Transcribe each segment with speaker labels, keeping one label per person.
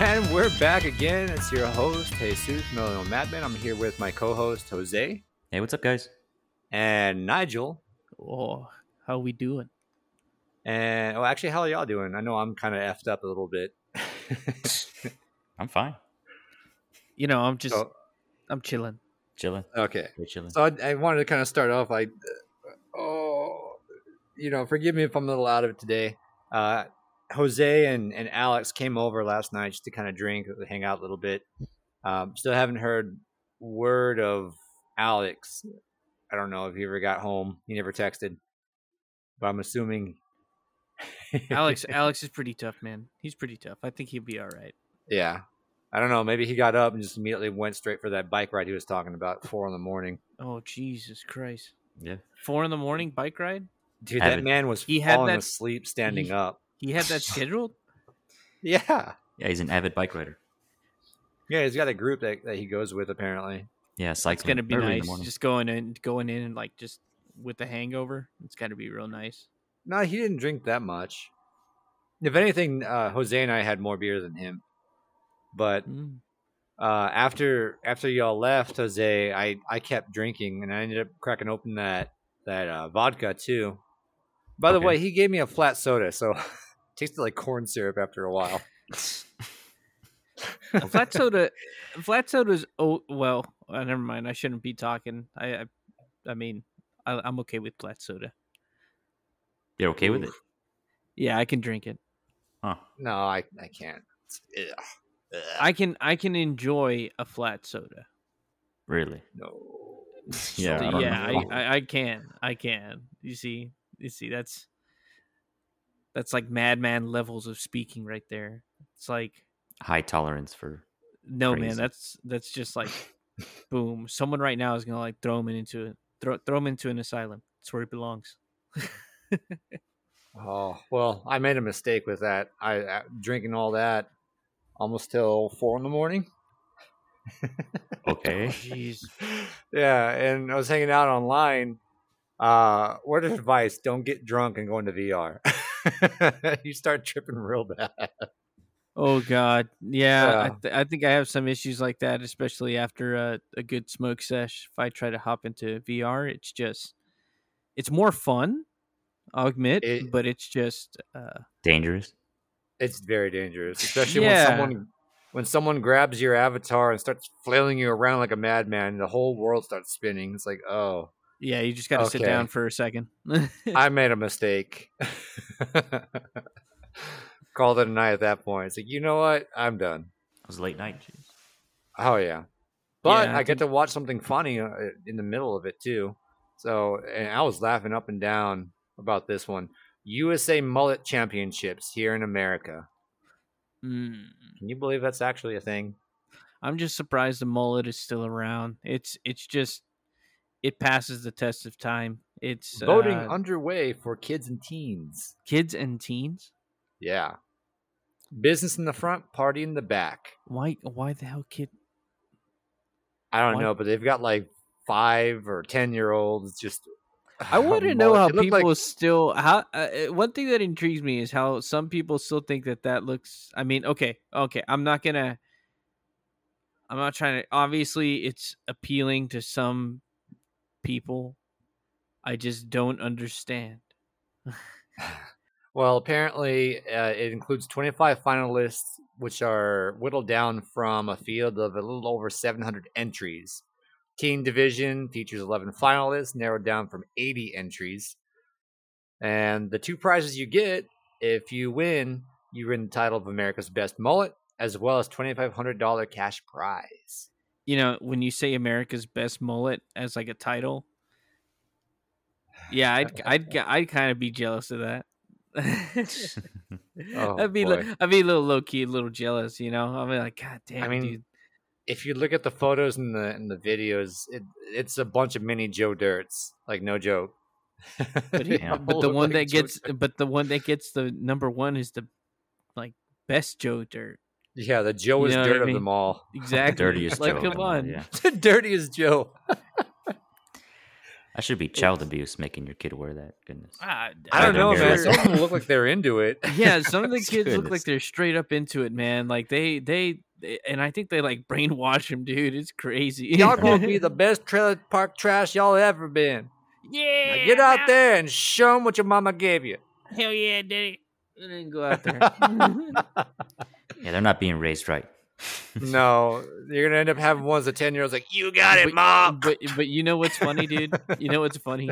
Speaker 1: And we're back again. It's your host, Jesus Millennial Madman. I'm here with my co host, Jose,
Speaker 2: Hey, what's up, guys?
Speaker 1: and Nigel.
Speaker 3: Oh, how we doing?
Speaker 1: And, oh, actually, how are y'all doing? I know I'm kind of effed up a little bit.
Speaker 2: I'm fine.
Speaker 3: You know, I'm just
Speaker 1: So-
Speaker 3: I'm chilling.
Speaker 2: Chilling.
Speaker 1: okay.
Speaker 2: We're chilling.
Speaker 1: So I, I wanted to kind of start off like, uh, oh, you know, forgive me if I'm a little out of it today. Uh, Jose and, and Alex came over last night just to kind of drink, hang out a little bit. Um, still haven't heard word of Alex. I don't know if he ever got home. He never texted, but I'm assuming.
Speaker 3: Alex Alex is pretty tough, man. He's pretty tough. I think he'll be all right.
Speaker 1: yeah. I don't know. Maybe he got up and just immediately went straight for that bike ride he was talking about, four in the morning.
Speaker 3: Oh, Jesus Christ.
Speaker 2: Yeah.
Speaker 3: Four in the morning bike ride?
Speaker 1: Dude, that
Speaker 2: Haven't-
Speaker 1: man was
Speaker 3: He had
Speaker 1: falling
Speaker 3: that-
Speaker 1: asleep standing
Speaker 3: he-
Speaker 1: up.
Speaker 3: He had that scheduled?
Speaker 1: Yeah.
Speaker 2: Yeah, he's an avid bike rider.
Speaker 1: Yeah, he's got a group that, that he goes with apparently.
Speaker 2: Yeah, cycling.
Speaker 3: It's gonna be
Speaker 2: early in the
Speaker 3: nice.
Speaker 2: morning.
Speaker 3: Just going in going in and like just with the hangover. It's gotta be real nice.
Speaker 1: No, he didn't drink that much. If anything, uh, Jose and I had more beer than him. But
Speaker 3: Mm.
Speaker 1: uh, after after y'all left, Jose, I, I kept drinking and I ended up cracking open that that uh, vodka too. By the
Speaker 2: Okay.
Speaker 1: way, he gave me a flat soda, so tasted like corn syrup after a while.
Speaker 3: Flat soda flat soda's oh well, uh, never mind. I shouldn't be talking. I I, I mean I, I'm okay with flat soda.
Speaker 2: You're okay with it?
Speaker 1: Oof.
Speaker 3: Yeah, I can drink it.
Speaker 2: Huh.
Speaker 1: No, I, I can't. It's- ugh. Ugh.
Speaker 3: I can I can enjoy a flat soda.
Speaker 2: Really?
Speaker 1: no.
Speaker 2: Yeah,
Speaker 3: So,
Speaker 2: I don't
Speaker 3: yeah,
Speaker 2: know.
Speaker 3: I, I, I can, I can. You see, you see, that's that's like madman levels of speaking right there. It's like
Speaker 2: High tolerance for.
Speaker 3: no man,
Speaker 2: Crazy.
Speaker 3: that's that's just like boom. Someone right now is gonna like throw him into a throw throw him into an asylum. It's where he belongs.
Speaker 1: Oh well, I made a mistake with that. I, I drinking all that almost till four in the morning.
Speaker 2: Okay.
Speaker 3: Jeez,
Speaker 1: yeah, and I was hanging out online. Uh, word of advice: don't get drunk and go into VR. you start tripping real bad.
Speaker 3: oh god, yeah.
Speaker 1: Yeah.
Speaker 3: I, th- I think I have some issues like that, especially after a, a good smoke sesh. If I try to hop into VR, it's just it's more fun. I'll admit,
Speaker 1: It-
Speaker 3: but it's just. uh
Speaker 2: Dangerous.
Speaker 1: It's very dangerous, especially when
Speaker 3: Yeah.
Speaker 1: someone when someone grabs your avatar and starts flailing you around like a madman. The whole world starts spinning. It's like, oh,
Speaker 3: Yeah, you just got to sit
Speaker 1: Okay.
Speaker 3: down for a second.
Speaker 1: I made a mistake. Called it a night at that point. It's like, you know what? I'm done.
Speaker 2: It was late night.
Speaker 1: Oh yeah, but
Speaker 3: Yeah,
Speaker 1: I,
Speaker 3: I
Speaker 1: get to watch something funny uh, in the middle of it too. So, and I was laughing up and down about this one. USA Mullet Championships here in America.
Speaker 3: Mm.
Speaker 1: Can you believe that's actually a thing?
Speaker 3: I'm just surprised the mullet is still around. It's it's just it passes the test of time. It's
Speaker 1: Voting
Speaker 3: uh,
Speaker 1: underway for kids and teens.
Speaker 3: kids and teens.
Speaker 1: Yeah. Business in the front, party in the back.
Speaker 3: Why why the hell kid?
Speaker 1: I don't
Speaker 3: Why-
Speaker 1: know, but they've got like five or ten year olds just.
Speaker 3: I want to know
Speaker 1: mullet-
Speaker 3: how
Speaker 1: it looked
Speaker 3: people
Speaker 1: like-
Speaker 3: still how. Uh, uh, one thing that intrigues me is how some people still think that that looks. I mean, okay, okay. I'm not gonna. I'm not trying to. Obviously, it's appealing to some people. I just don't understand.
Speaker 1: Well, apparently, uh, it includes 25 finalists, which are whittled down from a field of a little over 700 entries. Teen division features 11 finalists, narrowed down from 80 entries. And the two prizes you get if you win, you win the title of America's Best Mullet, as well as $2,500 cash prize.
Speaker 3: you know when you say america's best mullet as like a title yeah i'd i'd, ki- I'd kind of be jealous of that
Speaker 1: Oh,
Speaker 3: I'd be li-
Speaker 1: boy.
Speaker 3: I'd be a little low key, a little jealous, you know. I'd be like, God damn,
Speaker 1: mean,
Speaker 3: dude.
Speaker 1: If you look at the photos and the and the videos, it, it's a bunch of mini Joe Dirts, like no joke.
Speaker 3: But, he-
Speaker 1: They all
Speaker 3: but the
Speaker 1: look
Speaker 3: one
Speaker 1: like
Speaker 3: that
Speaker 1: Joe
Speaker 3: gets, but the one that gets the number one is the like best Joe Dirt.
Speaker 1: Yeah, the Joe
Speaker 3: You
Speaker 1: is
Speaker 3: know what I
Speaker 1: dirt of
Speaker 3: mean?
Speaker 1: them all.
Speaker 3: Exactly.
Speaker 2: Dirtiest
Speaker 3: like,
Speaker 2: joke.
Speaker 3: come
Speaker 2: and all,
Speaker 3: on.
Speaker 2: Yeah.
Speaker 1: the dirtiest Joe.
Speaker 2: That should be child abuse making your kid wear that. Goodness.
Speaker 3: Ah,
Speaker 1: I don't
Speaker 2: don't
Speaker 1: know,
Speaker 2: hear
Speaker 1: man. Some
Speaker 2: it.
Speaker 1: of them look like they're into it.
Speaker 3: yeah, some of the kids look
Speaker 2: Goodness.
Speaker 3: like they're straight up into it, man. Like they, they, they and I think they like brainwash him, dude. It's crazy.
Speaker 1: Y'all gonna be the best trailer park trash y'all ever been. Now
Speaker 3: yeah.
Speaker 1: get out there and show them what your mama gave you.
Speaker 3: Hell yeah, daddy. And then go out there.
Speaker 2: Yeah, they're not being raised right.
Speaker 1: no, you're gonna end up having ones of ten year olds like, "You got it,
Speaker 3: But-
Speaker 1: mom."
Speaker 3: But but you know what's funny, dude? You know what's funny?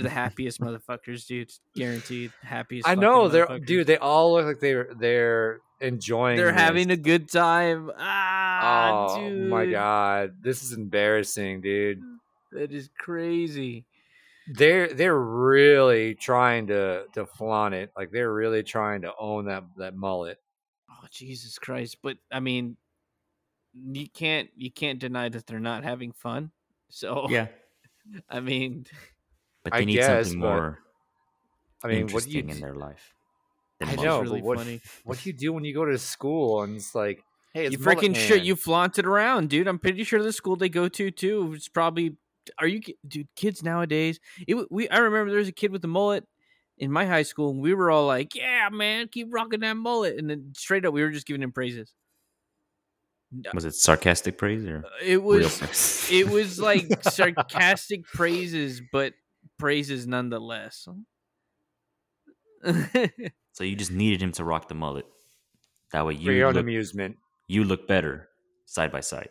Speaker 3: the happiest motherfuckers, dude. Guaranteed happiest.
Speaker 1: I
Speaker 3: fucking
Speaker 1: know they're
Speaker 3: motherfuckers.
Speaker 1: dude. They all look like they're they're enjoying.
Speaker 3: They're
Speaker 1: this.
Speaker 3: having a good time. Ah,
Speaker 1: Oh
Speaker 3: dude.
Speaker 1: my god, this is embarrassing, dude.
Speaker 3: that is crazy.
Speaker 1: They're they're really trying to to flaunt it. Like they're really trying to own that that mullet.
Speaker 3: Oh Jesus Christ! But I mean, you can't you can't deny that they're not having fun. So
Speaker 2: Yeah,
Speaker 3: I mean,
Speaker 2: but
Speaker 1: I
Speaker 2: they need
Speaker 1: guess,
Speaker 2: something
Speaker 1: but
Speaker 2: more
Speaker 1: I mean, what do you
Speaker 2: interesting in
Speaker 1: d-
Speaker 2: their life. than
Speaker 1: I
Speaker 2: mullet.
Speaker 1: know,
Speaker 3: really
Speaker 1: but what
Speaker 3: funny.
Speaker 1: what do you do when you go to school and it's like, hey, it's
Speaker 3: you
Speaker 1: mullet
Speaker 3: freaking sure
Speaker 1: man.
Speaker 3: you flaunt it around, dude. I'm pretty sure the school they go to too is probably. Are you ki- dude? Kids nowadays, it, w- we I remember there was a kid with a mullet in my high school, and we were all like, "Yeah, man, keep rocking that mullet," and then straight up, we were just giving him praises. Uh,
Speaker 2: Was it sarcastic praise or
Speaker 3: It
Speaker 2: real
Speaker 3: was
Speaker 2: praise?
Speaker 3: it was like sarcastic praises, but praises nonetheless.
Speaker 2: so you just needed him to rock the mullet. That way
Speaker 1: for your
Speaker 2: you
Speaker 1: own
Speaker 2: look,
Speaker 1: amusement.
Speaker 2: you look better side by side.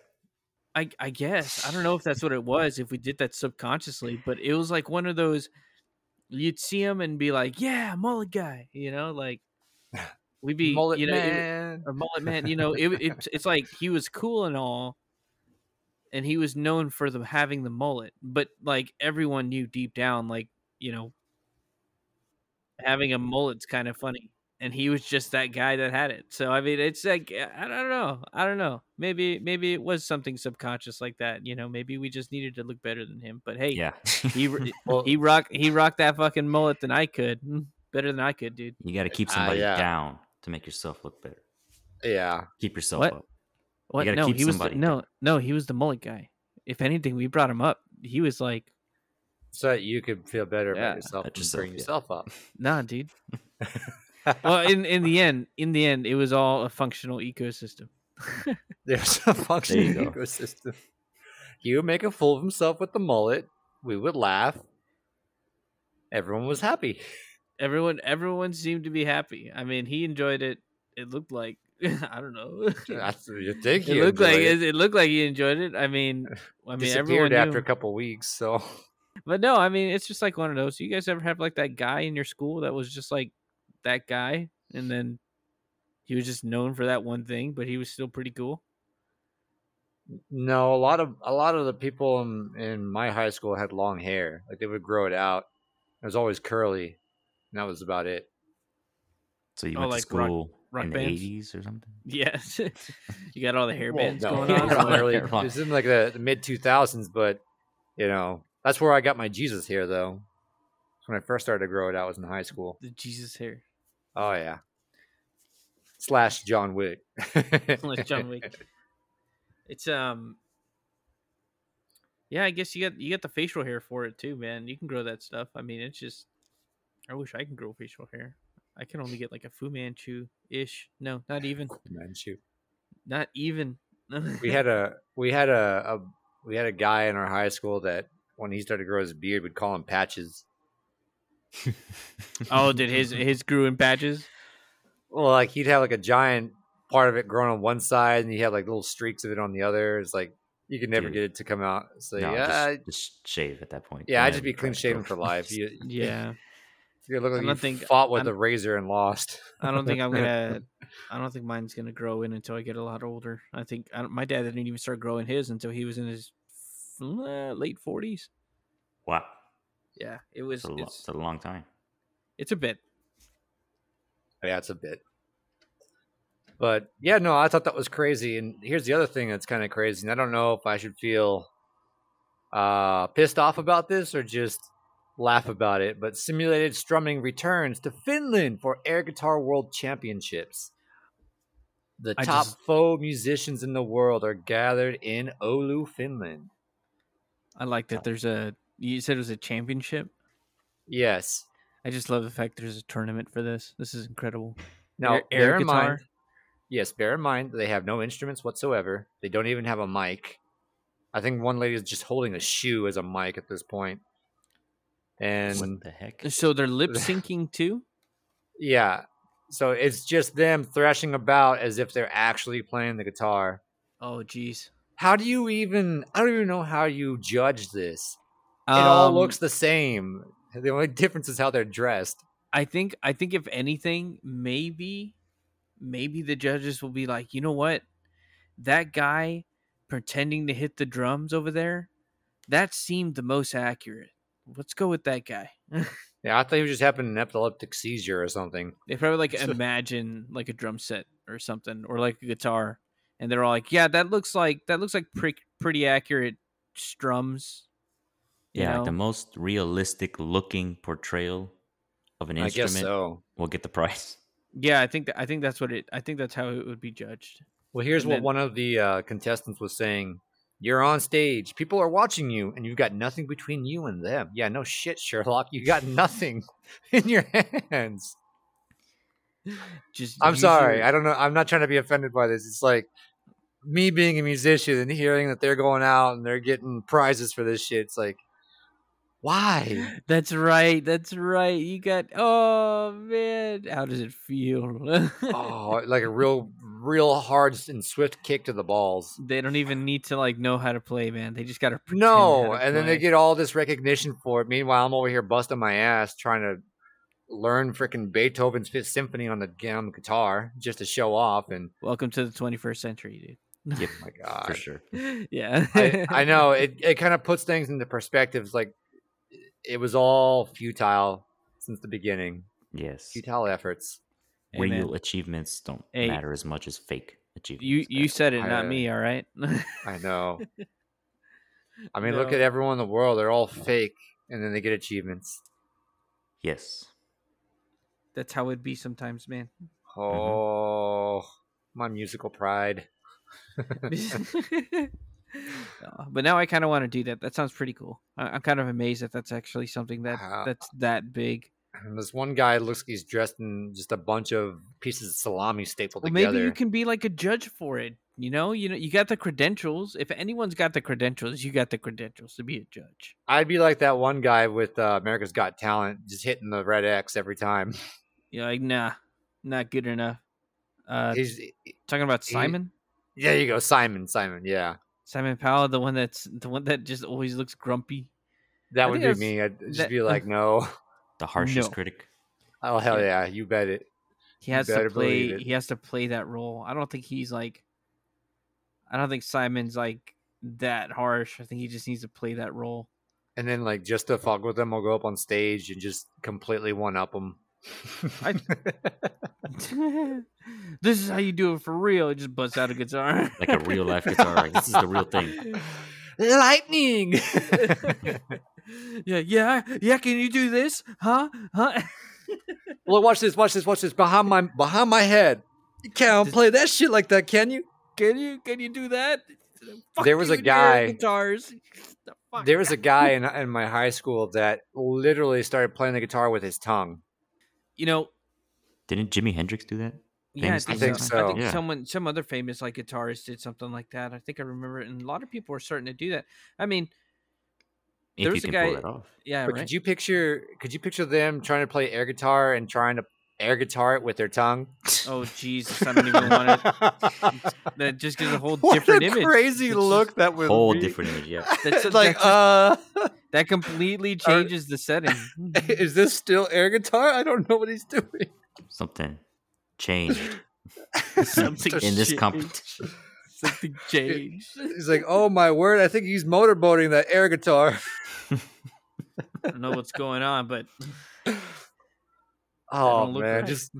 Speaker 3: I I guess I don't know if that's what it was. If we did that subconsciously, but it was like one of those you'd see him and be like, "Yeah, mullet guy," you know, like we'd be
Speaker 1: mullet
Speaker 3: you know, it-
Speaker 1: man.
Speaker 3: or mullet man. You know, it, it it's like he was cool and all, and he was known for the having the mullet, but like everyone knew deep down, like you know, having a mullet's kind of funny. And he was just that guy that had it. So I mean, it's like uh, I don't know, I don't know. Maybe maybe it was something subconscious like that. You know, maybe we just needed to look better than him. But hey,
Speaker 2: Yeah,
Speaker 3: he re-
Speaker 1: Well,
Speaker 3: he rocked he rocked that fucking mullet than I could, Mm, better than I could, dude.
Speaker 2: you got to keep
Speaker 1: Ah,
Speaker 2: somebody
Speaker 1: yeah.
Speaker 2: down to make yourself look better.
Speaker 1: yeah,
Speaker 2: Keep yourself
Speaker 3: What?
Speaker 2: up.
Speaker 3: What?
Speaker 2: gotta
Speaker 3: No,
Speaker 2: keep
Speaker 3: he was the,
Speaker 2: somebody
Speaker 3: no, no, he was the mullet guy. If anything, we brought him up. He was like,
Speaker 1: so that you could feel better
Speaker 3: Yeah,
Speaker 1: about yourself
Speaker 2: about
Speaker 1: and
Speaker 2: yourself,
Speaker 1: bring
Speaker 2: yeah.
Speaker 1: yourself up.
Speaker 3: "Nah, dude." Well, in in the end, in the end, it was all a functional ecosystem.
Speaker 1: There's a functioning
Speaker 2: go.
Speaker 1: ecosystem. He would make a fool of himself with the mullet. We would laugh. Everyone was happy.
Speaker 3: Everyone, everyone seemed to be happy. I mean, he enjoyed it. It looked like I don't know.
Speaker 1: That's what you think.
Speaker 3: it
Speaker 1: he
Speaker 3: looked like
Speaker 1: enjoyed
Speaker 3: it, it looked like he enjoyed it. I mean, I mean,
Speaker 1: disappeared
Speaker 3: everyone
Speaker 1: after a
Speaker 3: knew.
Speaker 1: couple weeks. So
Speaker 3: But no, I mean, it's just like one of those. You guys ever have like that guy in your school that was just like that guy, and then he was just known for that one thing, but he was still pretty cool.
Speaker 1: no, a lot of a lot of the people in, in my high school had long hair. Like they would grow it out. It was always curly, and that was about it.
Speaker 2: So you
Speaker 3: Oh,
Speaker 2: went
Speaker 3: like
Speaker 2: to
Speaker 3: rock-
Speaker 2: school
Speaker 3: rock
Speaker 2: in the
Speaker 3: bands?
Speaker 2: eighties or something.
Speaker 3: Yes, you got all the hair
Speaker 1: Well,
Speaker 3: bands
Speaker 1: no,
Speaker 3: going on.
Speaker 1: it was in the
Speaker 3: somewhere.
Speaker 1: early-
Speaker 2: Hair
Speaker 1: it was in like the, the mid two thousands, but you know that's where I got my Jesus hair though. That's When I first started to grow it out was in high school.
Speaker 3: The Jesus hair.
Speaker 1: Oh yeah. Slash John Wick.
Speaker 3: Unless John Wick. It's um. Yeah, I guess you got you got the facial hair for it too, man. You can grow that stuff. I mean, it's just. I wish I can grow facial hair. I can only get like a Fu Manchu ish. No, not even.
Speaker 1: Man, shoot.
Speaker 3: Not even.
Speaker 1: We had a we had a, a we had a guy in our high school that when he started to grow his beard, we'd call him patches.
Speaker 3: oh, did his his grew in patches?
Speaker 1: Well, like he'd have like a giant part of it grown on one side, and he had like little streaks of it on the other. It's like you could never
Speaker 2: Dude.
Speaker 1: get it to come out. So
Speaker 2: no,
Speaker 1: yeah, I-
Speaker 2: just, just shave at that point.
Speaker 1: yeah,
Speaker 2: Don't
Speaker 1: I'd just
Speaker 2: ever
Speaker 1: be
Speaker 2: try
Speaker 1: clean
Speaker 2: to
Speaker 1: shaven
Speaker 2: grow-
Speaker 1: for life. You,
Speaker 3: Yeah,
Speaker 1: you look like
Speaker 3: I
Speaker 1: you
Speaker 3: don't think-
Speaker 1: fought with
Speaker 3: I'm-
Speaker 1: a razor and lost.
Speaker 3: I don't think I'm gonna. I don't think mine's gonna grow in until I get a lot older. I think I don't, my dad didn't even start growing his until he was in his f- uh, late forties.
Speaker 2: Wow,
Speaker 3: Yeah, it was.
Speaker 2: it's a, lo-
Speaker 3: It's,
Speaker 2: it's a long time.
Speaker 3: it's a bit.
Speaker 1: Yeah, it's a bit. But yeah, no, I thought that was crazy. And here's the other thing that's kind of crazy. And I don't know if I should feel uh, pissed off about this or just laugh about it. But simulated strumming returns to Finland for Air Guitar World Championships. The
Speaker 3: I
Speaker 1: top
Speaker 3: just-
Speaker 1: four musicians in the world are gathered in Oulu, Finland.
Speaker 3: I like that. There's a You said it was a championship.
Speaker 1: Yes.
Speaker 3: I just love the fact there's a tournament for this. This is incredible.
Speaker 1: Now,
Speaker 3: Air-
Speaker 1: bear
Speaker 3: air
Speaker 1: in mind,
Speaker 3: guitar?
Speaker 1: yes, bear in mind that they have no instruments whatsoever. They don't even have a mic. I think one lady is just holding a shoe as a mic at this point. And
Speaker 2: what the heck?
Speaker 3: So they're lip syncing too.
Speaker 1: yeah, so it's just them thrashing about as if they're actually playing the guitar.
Speaker 3: Oh, geez.
Speaker 1: How do you even? I don't even know how you judge this. It
Speaker 3: Um,
Speaker 1: all looks the same. The only difference is how they're dressed.
Speaker 3: I think. I think if anything, maybe, maybe the judges will be like, you know what, that guy pretending to hit the drums over there, that seemed the most accurate. Let's go with that guy.
Speaker 1: Yeah, I thought he was just having an epileptic seizure or something.
Speaker 3: They probably like imagine like a drum set or something, or like a guitar, and they're all like, "Yeah, that looks like that looks like pre- pretty accurate strums." you
Speaker 2: yeah, like the
Speaker 3: know?
Speaker 2: most realistic looking portrayal of an
Speaker 1: I
Speaker 2: instrument
Speaker 1: guess so.
Speaker 2: will get the prize.
Speaker 3: yeah. I think that, I think that's what it. I think that's how it would be judged.
Speaker 1: Well, here's
Speaker 3: And
Speaker 1: what
Speaker 3: then-
Speaker 1: one of the uh, contestants was saying. You're on stage. People are watching you, and you've got nothing between you and them. Yeah, no shit, Sherlock. You got nothing in your hands.
Speaker 3: Just
Speaker 1: I'm
Speaker 3: use
Speaker 1: sorry.
Speaker 3: your-
Speaker 1: I don't know. I'm not trying to be offended by this. It's like me being a musician and hearing that they're going out and they're getting prizes for this shit. It's like, why?
Speaker 3: That's right. That's right. You got. Oh man, how does it feel?
Speaker 1: oh, like a real, real hard and swift kick to the balls.
Speaker 3: They don't even need to like know how to play, man. They just got to pretend. how
Speaker 1: No,
Speaker 3: to
Speaker 1: and then they
Speaker 3: play.
Speaker 1: get all this recognition for it. Meanwhile, I'm over here busting my ass trying to learn freaking Beethoven's Fifth Symphony on the damn guitar just to show off. And
Speaker 3: welcome to the 21st century,
Speaker 2: Yep,
Speaker 1: my
Speaker 2: for
Speaker 1: God,
Speaker 2: sure.
Speaker 3: dude. yeah,
Speaker 1: I, I know it. It kind of puts things into perspective. It's Like it was all futile since the beginning.
Speaker 2: Yes.
Speaker 1: Futile efforts.
Speaker 3: Hey, man.
Speaker 2: Real achievements don't
Speaker 3: Hey.
Speaker 2: matter as much as fake
Speaker 3: You
Speaker 2: achievements.
Speaker 3: you said it, not
Speaker 1: I-
Speaker 3: me. All right.
Speaker 1: I know. I mean, look
Speaker 3: No.
Speaker 1: at everyone in the world. They're all fake, and then they get achievements.
Speaker 2: Yes.
Speaker 3: That's how it be sometimes, man. Mm-hmm.
Speaker 1: Oh, my musical pride.
Speaker 3: Aw, Uh, but now I kind of want to do that. That sounds pretty cool. I, I'm kind of amazed that that's actually something that
Speaker 1: Uh,
Speaker 3: that's that big.
Speaker 1: And this one guy looks like he's dressed in just a bunch of pieces of salami stapled
Speaker 3: Well,
Speaker 1: together.
Speaker 3: maybe you can be like a judge for it. You know, you know, you got the credentials. If anyone's got the credentials, you got the credentials to be a judge.
Speaker 1: I'd be like that one guy with uh, America's Got Talent, just hitting the red X every time.
Speaker 3: You're like, nah, not good enough. Uh,
Speaker 1: He's
Speaker 3: talking about
Speaker 1: he-
Speaker 3: Simon,
Speaker 1: there. You go, Simon. Simon. Yeah,
Speaker 3: Simon Powell, the one that's the one that just always looks grumpy.
Speaker 1: that
Speaker 3: I
Speaker 1: would be
Speaker 3: think
Speaker 1: me. I'd just
Speaker 3: that-
Speaker 1: be like, no.
Speaker 2: The harshest
Speaker 3: No.
Speaker 2: critic.
Speaker 1: Oh hell yeah,
Speaker 3: Yeah.
Speaker 1: you bet it.
Speaker 3: He
Speaker 1: You
Speaker 3: has to
Speaker 1: better believe
Speaker 3: play.
Speaker 1: it.
Speaker 3: He has to play that role. I don't think he's like. I don't think Simon's like that harsh. I think he just needs to play that role.
Speaker 1: And then like just to fuck with them, I'll go up on stage and just completely one up them.
Speaker 3: I- this is how you do it for real. It just busts out a guitar,
Speaker 2: Like a real life guitar. Like, this is the real thing.
Speaker 1: Lightning.
Speaker 3: yeah, yeah, yeah. Can you do this? Huh? Huh?
Speaker 1: Look, watch this, watch this, watch this. Behind my behind my head. You can't play that shit like that, can you?
Speaker 3: Can you? Can you do that? Fuck
Speaker 1: There was
Speaker 3: you
Speaker 1: a
Speaker 3: and your air
Speaker 1: guy-
Speaker 3: Guitars. The fuck?
Speaker 1: There was a guy in, in my high school that literally started playing the guitar with his tongue.
Speaker 3: You know.
Speaker 2: Didn't Jimi Hendrix do that?
Speaker 3: Yeah, I
Speaker 2: Famous
Speaker 3: think,
Speaker 1: guitar. I think
Speaker 3: so. I
Speaker 1: so.
Speaker 3: think
Speaker 2: Yeah.
Speaker 3: someone, some other famous like guitarist did something like that. I think I remember, it, and a lot of people are starting to do that. I mean,
Speaker 2: If
Speaker 3: There
Speaker 2: you
Speaker 3: was a
Speaker 2: can
Speaker 3: guy-
Speaker 2: pull that off.
Speaker 3: yeah,
Speaker 1: But
Speaker 3: right.
Speaker 1: could you picture could you picture them trying to play air guitar and trying to air guitar it with their tongue?
Speaker 3: Oh Jesus, I don't even want to. That just gives a whole
Speaker 1: What
Speaker 3: different
Speaker 1: a
Speaker 3: image.
Speaker 1: Crazy
Speaker 3: It's
Speaker 1: look
Speaker 3: just-
Speaker 1: that would
Speaker 2: Whole
Speaker 1: be.
Speaker 2: different image, yeah.
Speaker 3: That's-
Speaker 1: It's like
Speaker 3: that's just-
Speaker 1: uh
Speaker 3: that completely
Speaker 1: Or-
Speaker 3: changes the setting.
Speaker 1: is this still air guitar? I don't know what he's doing.
Speaker 2: Something changed
Speaker 3: Something
Speaker 2: in this
Speaker 3: Shit.
Speaker 2: competition.
Speaker 3: Something changed.
Speaker 1: He's like, "Oh my word, I think he's motorboating that air guitar."
Speaker 3: I don't know what's going on, but
Speaker 1: Oh
Speaker 3: don't look
Speaker 1: man,
Speaker 3: right.
Speaker 1: just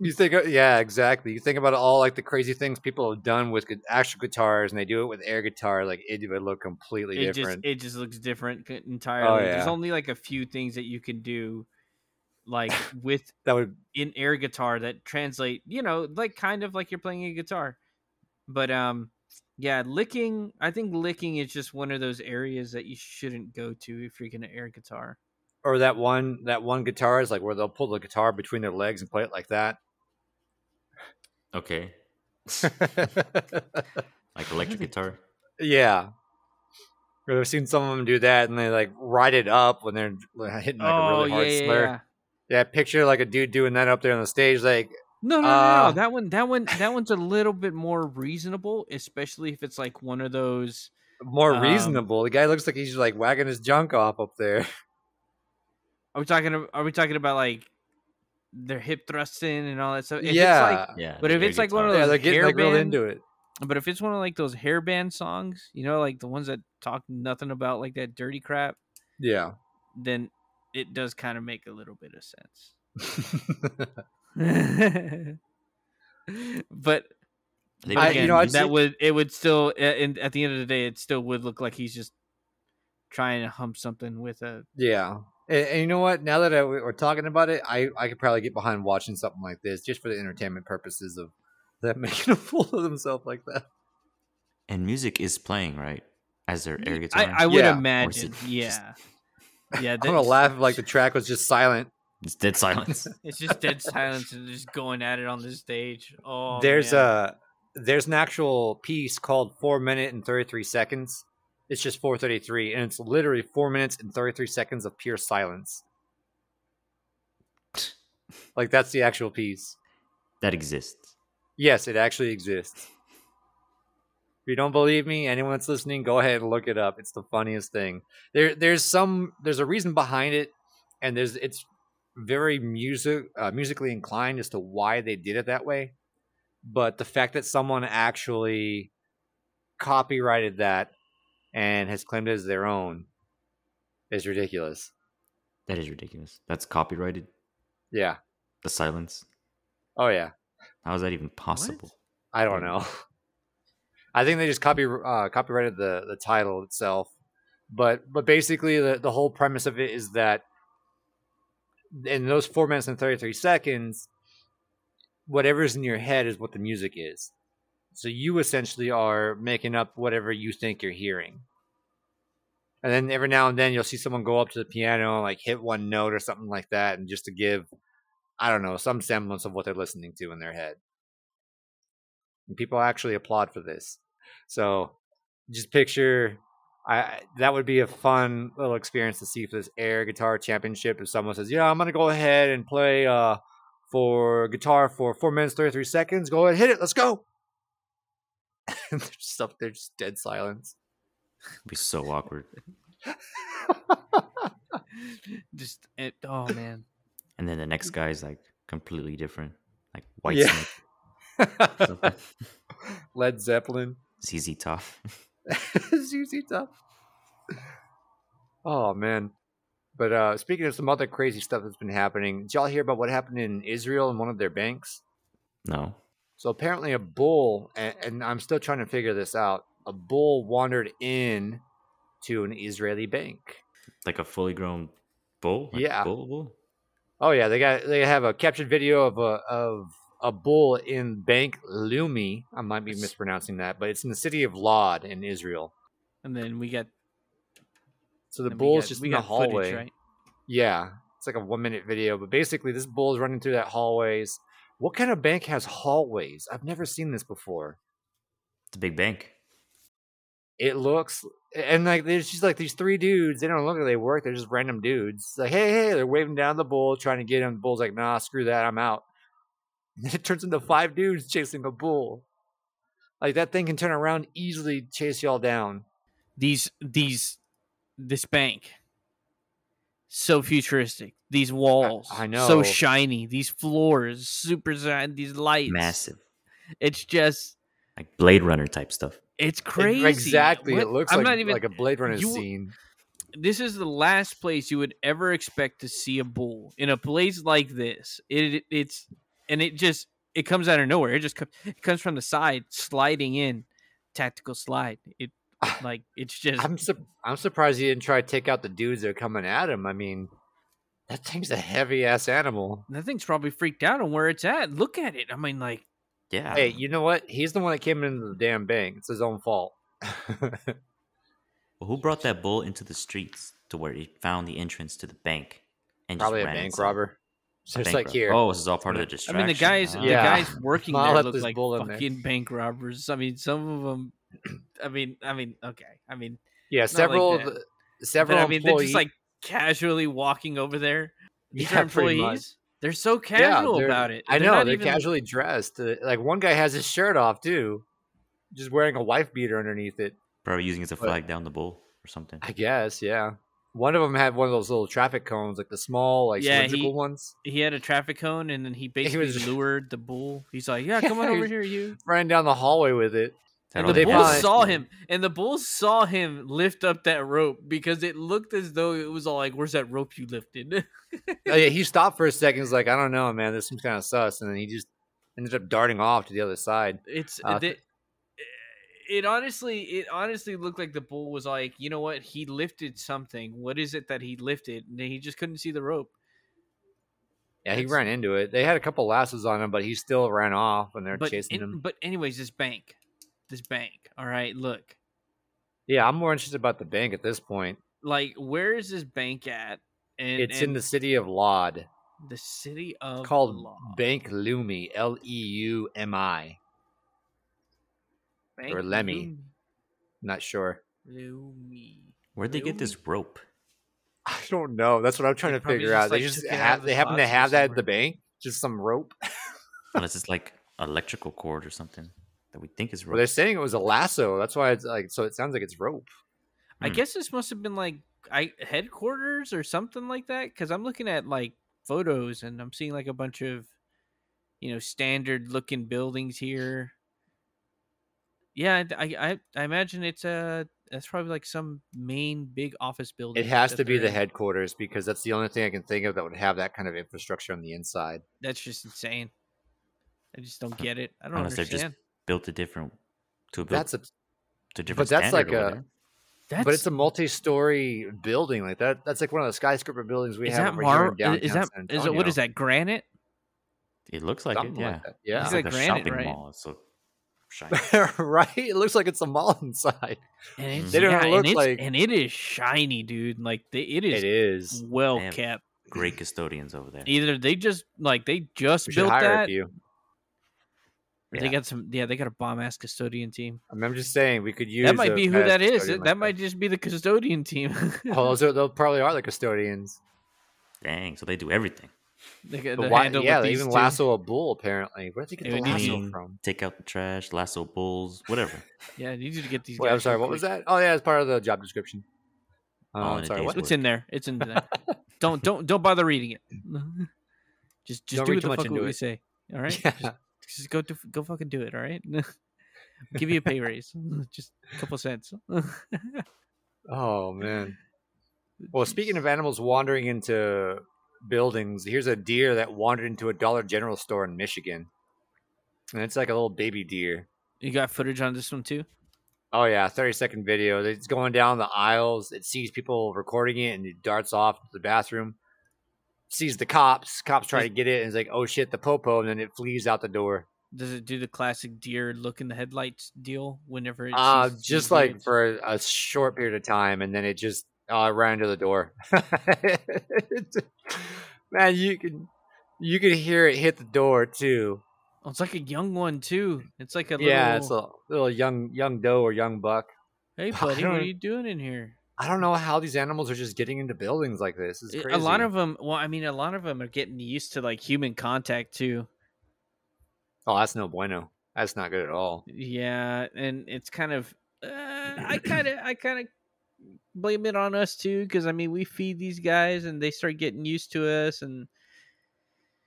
Speaker 1: you think, yeah, exactly. You think about all like the crazy things people have done with gu- actual guitars, and they do it with air guitar. Like it would look completely
Speaker 3: it just
Speaker 1: different. Oh,
Speaker 3: it just looks different c- entirely. There's
Speaker 1: yeah.
Speaker 3: only like a few things that you can do, like with
Speaker 1: that would
Speaker 3: in air guitar that translate, you know, like kind of like you're playing a guitar. But um yeah, licking. I think licking is just one of those areas that you shouldn't go to if you're gonna air guitar.
Speaker 1: Or that one that one guitar is like where they'll pull the guitar between their legs and play it like that.
Speaker 2: Okay. Like electric guitar.
Speaker 1: yeah. Or I've seen some of them do that and they like ride it up when they're like, hitting like
Speaker 3: Oh,
Speaker 1: a really hard slur. Yeah, picture like a dude doing that up there on the stage, like
Speaker 3: No, no, no,
Speaker 1: Uh,
Speaker 3: no. That one, that one, that one's a little bit more reasonable, especially if it's like one of those.
Speaker 1: more
Speaker 3: Um,
Speaker 1: reasonable. The guy looks like he's like wagging his junk off up there.
Speaker 3: Are we talking? ab- Are we talking about like their hip thrusting and all that stuff? If it's, like-
Speaker 1: yeah.
Speaker 2: Yeah.
Speaker 3: But if
Speaker 2: air
Speaker 3: it's like
Speaker 2: guitar.
Speaker 3: one of
Speaker 1: yeah,
Speaker 3: those
Speaker 1: they're getting like real
Speaker 3: hairband-
Speaker 1: into it.
Speaker 3: but if it's one of like those hairband songs, you know, like the ones that talk nothing about like that dirty crap,
Speaker 1: Yeah.
Speaker 3: then it does kind of make a little bit of sense. but
Speaker 2: I think
Speaker 3: But
Speaker 1: I-
Speaker 2: again,
Speaker 1: you know, I'd
Speaker 3: that
Speaker 1: say-
Speaker 3: would it would still a- and at the end of the day, it still would look like he's just trying to hump something with a.
Speaker 1: Yeah. And, and you know what? Now that I, we're talking about it, I, I could probably get behind watching something like this just for the entertainment purposes of them making a fool of themself like that.
Speaker 2: and music is playing right as their air guitar.
Speaker 3: I, I would
Speaker 1: Yeah. Or
Speaker 2: is
Speaker 3: imagine,
Speaker 2: it just-
Speaker 3: yeah, yeah.
Speaker 1: I'm going
Speaker 3: that's-
Speaker 1: to laugh if like the track was just silent.
Speaker 2: it's dead silence.
Speaker 3: It's just dead silence and just going at it on the stage. Oh,
Speaker 1: there's
Speaker 3: man.
Speaker 1: a there's an actual piece called four minute and 33 seconds it's just 433 and it's literally four minutes and 33 seconds of pure silence like that's the actual piece
Speaker 2: that exists.
Speaker 1: yes it actually exists if you don't believe me anyone that's listening go ahead and look it up it's the funniest thing there there's some there's a reason behind it and there's it's very music uh, musically inclined as to why they did it that way but the fact that someone actually copyrighted that and has claimed it as their own is ridiculous
Speaker 2: That is ridiculous. That's copyrighted.
Speaker 1: yeah
Speaker 2: The silence.
Speaker 1: oh yeah
Speaker 2: How is that even possible?
Speaker 1: i don't know i think they just copy uh, copyrighted the the title itself but but basically the, the whole premise of it is that in those four minutes and 33 seconds whatever's in your head is what the music is so you essentially are making up whatever you think you're hearing and then every now and then you'll see someone go up to the piano and like hit one note or something like that and just to give i don't know some semblance of what they're listening to in their head and people actually applaud for this so just picture I- I that would be a fun little experience to see for this air guitar championship if someone says, "Yeah, I'm gonna go ahead and play uh for guitar for four minutes thirty three seconds. Go ahead, hit it. Let's go." and they're just up there, just dead silence.
Speaker 2: It'd be so awkward.
Speaker 1: uh,
Speaker 3: just it, oh man,
Speaker 2: And then the next guy is like completely different, like White
Speaker 1: Yeah.
Speaker 2: Snake, something.
Speaker 1: Led Zeppelin,
Speaker 2: ZZ Top.
Speaker 1: ZZ Top. Oh man. But uh, speaking of some other crazy stuff that's been happening, did y'all hear about what happened in Israel in one of their banks?
Speaker 2: No,
Speaker 1: So apparently, a bull, and, and I'm still trying to figure this out. A bull wandered in to an Israeli bank.
Speaker 2: like a fully grown bull. Like
Speaker 1: Yeah.
Speaker 2: bull, bull?
Speaker 1: Oh yeah, they got they have a captured video of a of a bull in Bank Lumi. I might be mispronouncing that, but it's in the city of Lod in Israel.
Speaker 3: and then we got
Speaker 1: So the
Speaker 3: then we
Speaker 1: bull's
Speaker 3: got-
Speaker 1: just
Speaker 3: we
Speaker 1: in the
Speaker 3: got footage,
Speaker 1: hallway.
Speaker 3: right?
Speaker 1: Yeah, it's like a one minute video, but basically, this bull is running through that hallways. What kind of bank has hallways? I've never seen this before.
Speaker 2: It's a big bank.
Speaker 1: it looks and like there's just like these three dudes. They don't look like they work. They're just random dudes. It's like hey hey, they're waving down the bull, trying to get him. The bull's like nah, screw that, I'm out. And then it turns into five dudes chasing a bull. Like that thing can turn around easily, chase y'all down.
Speaker 3: These these this bank so futuristic. These walls,
Speaker 1: I know.
Speaker 3: so shiny. These floors, super shiny. These lights,
Speaker 2: Massive,
Speaker 3: It's just
Speaker 2: like Blade Runner type stuff.
Speaker 3: it's
Speaker 1: It-
Speaker 3: crazy.
Speaker 1: exactly. It
Speaker 3: What-
Speaker 1: looks
Speaker 3: I'm
Speaker 1: like
Speaker 3: not even
Speaker 1: like a Blade Runner
Speaker 3: you-
Speaker 1: scene.
Speaker 3: this is the last place you would ever expect to see a bull in a place like this. It it's and it just it comes out of nowhere. It just comes it comes from the side, sliding in, tactical slide. It like it's just
Speaker 1: I'm sur- I'm surprised he didn't try to take out the dudes that are coming at him. I mean, that thing's a heavy ass animal.
Speaker 3: that thing's probably freaked out on where it's at. Look at it. I mean, like
Speaker 2: Yeah.
Speaker 1: Hey, you know what? He's the one that came into the damn bang. It's his own fault.
Speaker 2: Well, who brought that bull into the streets to where he found the entrance to the bank? And just
Speaker 1: Probably a
Speaker 2: ran
Speaker 1: bank
Speaker 2: inside?
Speaker 1: robber.
Speaker 2: A
Speaker 1: So it's
Speaker 2: bank
Speaker 1: like
Speaker 2: rob-
Speaker 1: here.
Speaker 2: Oh, this is all part of the
Speaker 3: I
Speaker 2: distraction.
Speaker 3: mean, the guys, the
Speaker 2: Ah.
Speaker 1: Yeah.
Speaker 3: guys working
Speaker 1: I'll
Speaker 3: there
Speaker 1: let
Speaker 3: look
Speaker 1: this
Speaker 3: like
Speaker 1: bull in there.
Speaker 3: fucking bank robbers. I mean, some of them. I mean, I mean, okay. I mean,
Speaker 1: yeah,
Speaker 3: not like
Speaker 1: several
Speaker 3: that.
Speaker 1: of the-
Speaker 3: but
Speaker 1: several
Speaker 3: I mean, they're just
Speaker 1: employees-
Speaker 3: like casually walking over there. These
Speaker 1: Yeah,
Speaker 3: are
Speaker 1: pretty much.
Speaker 3: employees. They're so casual
Speaker 1: they're-
Speaker 3: about it.
Speaker 1: I
Speaker 3: They're
Speaker 1: know
Speaker 3: not
Speaker 1: they're
Speaker 3: even-
Speaker 1: casually dressed. Uh, Like one guy has his shirt off too, just wearing a wife beater underneath it.
Speaker 2: Probably using it as a
Speaker 1: But-
Speaker 2: flag down the bull or something.
Speaker 1: I guess, yeah. One of them had one of those little traffic cones, like the small, like
Speaker 3: Yeah, he-
Speaker 1: cylindrical ones.
Speaker 3: He had a traffic cone, and then he basically
Speaker 1: was-
Speaker 3: lured the bull. He's like, "Yeah, come on
Speaker 1: Yeah, he
Speaker 3: over
Speaker 1: was-
Speaker 3: here, you."
Speaker 1: Ran down the hallway with it.
Speaker 2: That
Speaker 1: And
Speaker 2: all
Speaker 1: the
Speaker 2: they
Speaker 1: bull
Speaker 2: have
Speaker 3: Bulls
Speaker 2: is-
Speaker 3: saw him, and the bulls saw him lift up that rope because it looked as though it was all like, "Where's that rope you lifted?"
Speaker 1: Oh, yeah, he stopped for a second. He's like, I don't know, man. This seems kind of sus. And then he just ended up darting off to the other side.
Speaker 3: It's
Speaker 1: Uh,
Speaker 3: the, eh, it honestly it honestly looked like the bull was like, you know what? He lifted something. What is it that he lifted? And he just couldn't see the rope.
Speaker 1: Yeah, he
Speaker 3: That's-
Speaker 1: ran into it. They had a couple lassos on him, but he still ran off and they're
Speaker 3: But
Speaker 1: chasing
Speaker 3: an-
Speaker 1: him.
Speaker 3: but anyways, this bank, this bank. All right, look,
Speaker 1: Yeah, I'm more interested about the bank at this point.
Speaker 3: like where is this bank at? And
Speaker 1: it's in
Speaker 3: and
Speaker 1: the city of Laud,
Speaker 3: the city of
Speaker 1: called
Speaker 3: Law.
Speaker 1: Bank Lumi, L E U M I.
Speaker 3: Bank
Speaker 1: or Lemmy.
Speaker 3: Lumi-
Speaker 1: Not sure.
Speaker 3: Lumi.
Speaker 2: Where'd they get this rope?
Speaker 1: I don't know. That's what I'm trying
Speaker 3: They
Speaker 1: to
Speaker 3: probably
Speaker 1: figure
Speaker 3: just,
Speaker 1: out. They
Speaker 3: like,
Speaker 1: just
Speaker 3: took it out
Speaker 1: have,
Speaker 3: of
Speaker 1: they
Speaker 3: the
Speaker 1: happen to
Speaker 3: box or
Speaker 1: have that at the
Speaker 3: somewhere.
Speaker 1: bank, just some rope.
Speaker 2: Unless it's like electrical cord or something that we think is
Speaker 1: Well, they're
Speaker 2: rope.
Speaker 1: saying it was a lasso. That's why it's like so. It sounds like it's rope.
Speaker 3: I
Speaker 1: Mm.
Speaker 2: Hmm.
Speaker 3: guess this must have been like I headquarters or something like that because I'm looking at like photos and I'm seeing like a bunch of you know standard looking buildings here. Yeah, I I, I imagine it's a that's probably like some main big office building.
Speaker 1: It has
Speaker 3: that
Speaker 1: to be
Speaker 3: they're
Speaker 1: the
Speaker 3: in.
Speaker 1: headquarters because that's the only thing I can think of that would have that kind of infrastructure on the inside.
Speaker 3: That's just insane. I just don't get it. I don't
Speaker 2: Unless they're just
Speaker 3: understand.
Speaker 2: built a different to a, built,
Speaker 1: That's a,
Speaker 2: to a different
Speaker 1: that's
Speaker 2: standard
Speaker 1: like
Speaker 2: over
Speaker 1: a-
Speaker 2: there.
Speaker 3: That's,
Speaker 1: but it's a multi-story building like that. That's like one of the skyscraper buildings we
Speaker 3: is
Speaker 1: have
Speaker 3: that
Speaker 1: over
Speaker 3: mar-
Speaker 1: here in downtown
Speaker 3: is that
Speaker 1: San
Speaker 3: is it,
Speaker 1: Antonio.
Speaker 3: what is that granite?
Speaker 2: It looks like
Speaker 1: Something
Speaker 2: it, yeah.
Speaker 1: like that.
Speaker 2: It's
Speaker 1: Yeah,
Speaker 3: like
Speaker 2: like, a
Speaker 3: granite,
Speaker 2: shopping
Speaker 3: right?
Speaker 2: mall. So shiny.
Speaker 1: right. It looks like it's a mall inside.
Speaker 3: And it's,
Speaker 2: They
Speaker 1: Mm-hmm. don't
Speaker 3: yeah,
Speaker 1: look
Speaker 3: and it's,
Speaker 1: like-
Speaker 3: and it is shiny, dude. Like they, it is
Speaker 1: It is.
Speaker 3: well
Speaker 2: Damn.
Speaker 3: kept.
Speaker 2: Great custodians over there.
Speaker 3: Either they just like they just
Speaker 1: We should
Speaker 3: built
Speaker 1: hire a
Speaker 3: that.
Speaker 1: few.
Speaker 3: or They got some. Yeah, they got a bomb ass custodian team.
Speaker 1: I mean, I'm just saying we could use
Speaker 3: That might
Speaker 1: a
Speaker 3: be who
Speaker 1: kind of
Speaker 3: that is.
Speaker 1: custodian
Speaker 3: That,
Speaker 1: like
Speaker 3: might just be the custodian team.
Speaker 1: Well, those are, those probably are the custodians.
Speaker 2: Dang, so they do everything.
Speaker 3: they got
Speaker 1: But
Speaker 3: the
Speaker 1: why,
Speaker 3: handle
Speaker 1: yeah,
Speaker 3: with
Speaker 1: they
Speaker 3: these
Speaker 1: even
Speaker 3: two.
Speaker 1: lasso a bull. Apparently, where did they get the
Speaker 3: It would need
Speaker 1: lasso
Speaker 2: to-
Speaker 1: from?
Speaker 2: Take out the trash, lasso bulls, whatever.
Speaker 3: Yeah, you need to get these.
Speaker 1: Wait, I'm
Speaker 3: guys
Speaker 1: sorry.
Speaker 3: real
Speaker 1: What was
Speaker 3: quick.
Speaker 1: that? Oh yeah, it's part of the job description. Oh,
Speaker 2: All in
Speaker 1: I'm
Speaker 2: a
Speaker 1: sorry.
Speaker 2: day's
Speaker 1: What?
Speaker 2: work.
Speaker 3: It's in there. It's in there. don't don't don't bother reading it. just just
Speaker 1: Don't
Speaker 3: do
Speaker 1: read
Speaker 3: what
Speaker 1: too
Speaker 3: the
Speaker 1: much
Speaker 3: fuck
Speaker 1: into
Speaker 3: we
Speaker 1: it.
Speaker 3: say. All right.
Speaker 1: Yeah.
Speaker 3: Just, just go to go fucking do it. All right. Give you a pay raise. just a couple cents.
Speaker 1: Oh man. Well, speaking of animals wandering into buildings, here's a deer that wandered into a Dollar General store in Michigan, and it's like a little baby deer.
Speaker 3: you got footage on this one too.
Speaker 1: Oh yeah, thirty second video. It's going down the aisles. It sees people recording it, and it darts off to the bathroom. Sees the cops. Cops try to get it, and it's like, "Oh shit, the popo!" And then it flees out the door.
Speaker 3: Does it do the classic deer look in the headlights deal whenever it's
Speaker 1: Uh, just like for a short period of time, and then it just uh, ran to the door. Man, you can you could hear it hit the door too.
Speaker 3: oh, it's like a young one too. It's like a little,
Speaker 1: Yeah, it's a little young young doe or young buck.
Speaker 3: hey
Speaker 1: I
Speaker 3: buddy, what are
Speaker 1: don't-
Speaker 3: you doing in here?
Speaker 1: I don't know how these animals are just getting into buildings like this. It's
Speaker 3: It-
Speaker 1: crazy.
Speaker 3: A lot of them, well, I mean, a lot of them are getting used to like human contact too.
Speaker 1: oh, that's no bueno. That's not good at all.
Speaker 3: Yeah, and it's kind of, uh, I kind of, I kind of blame it on us too, because I mean, we feed these guys and they start getting used to us, and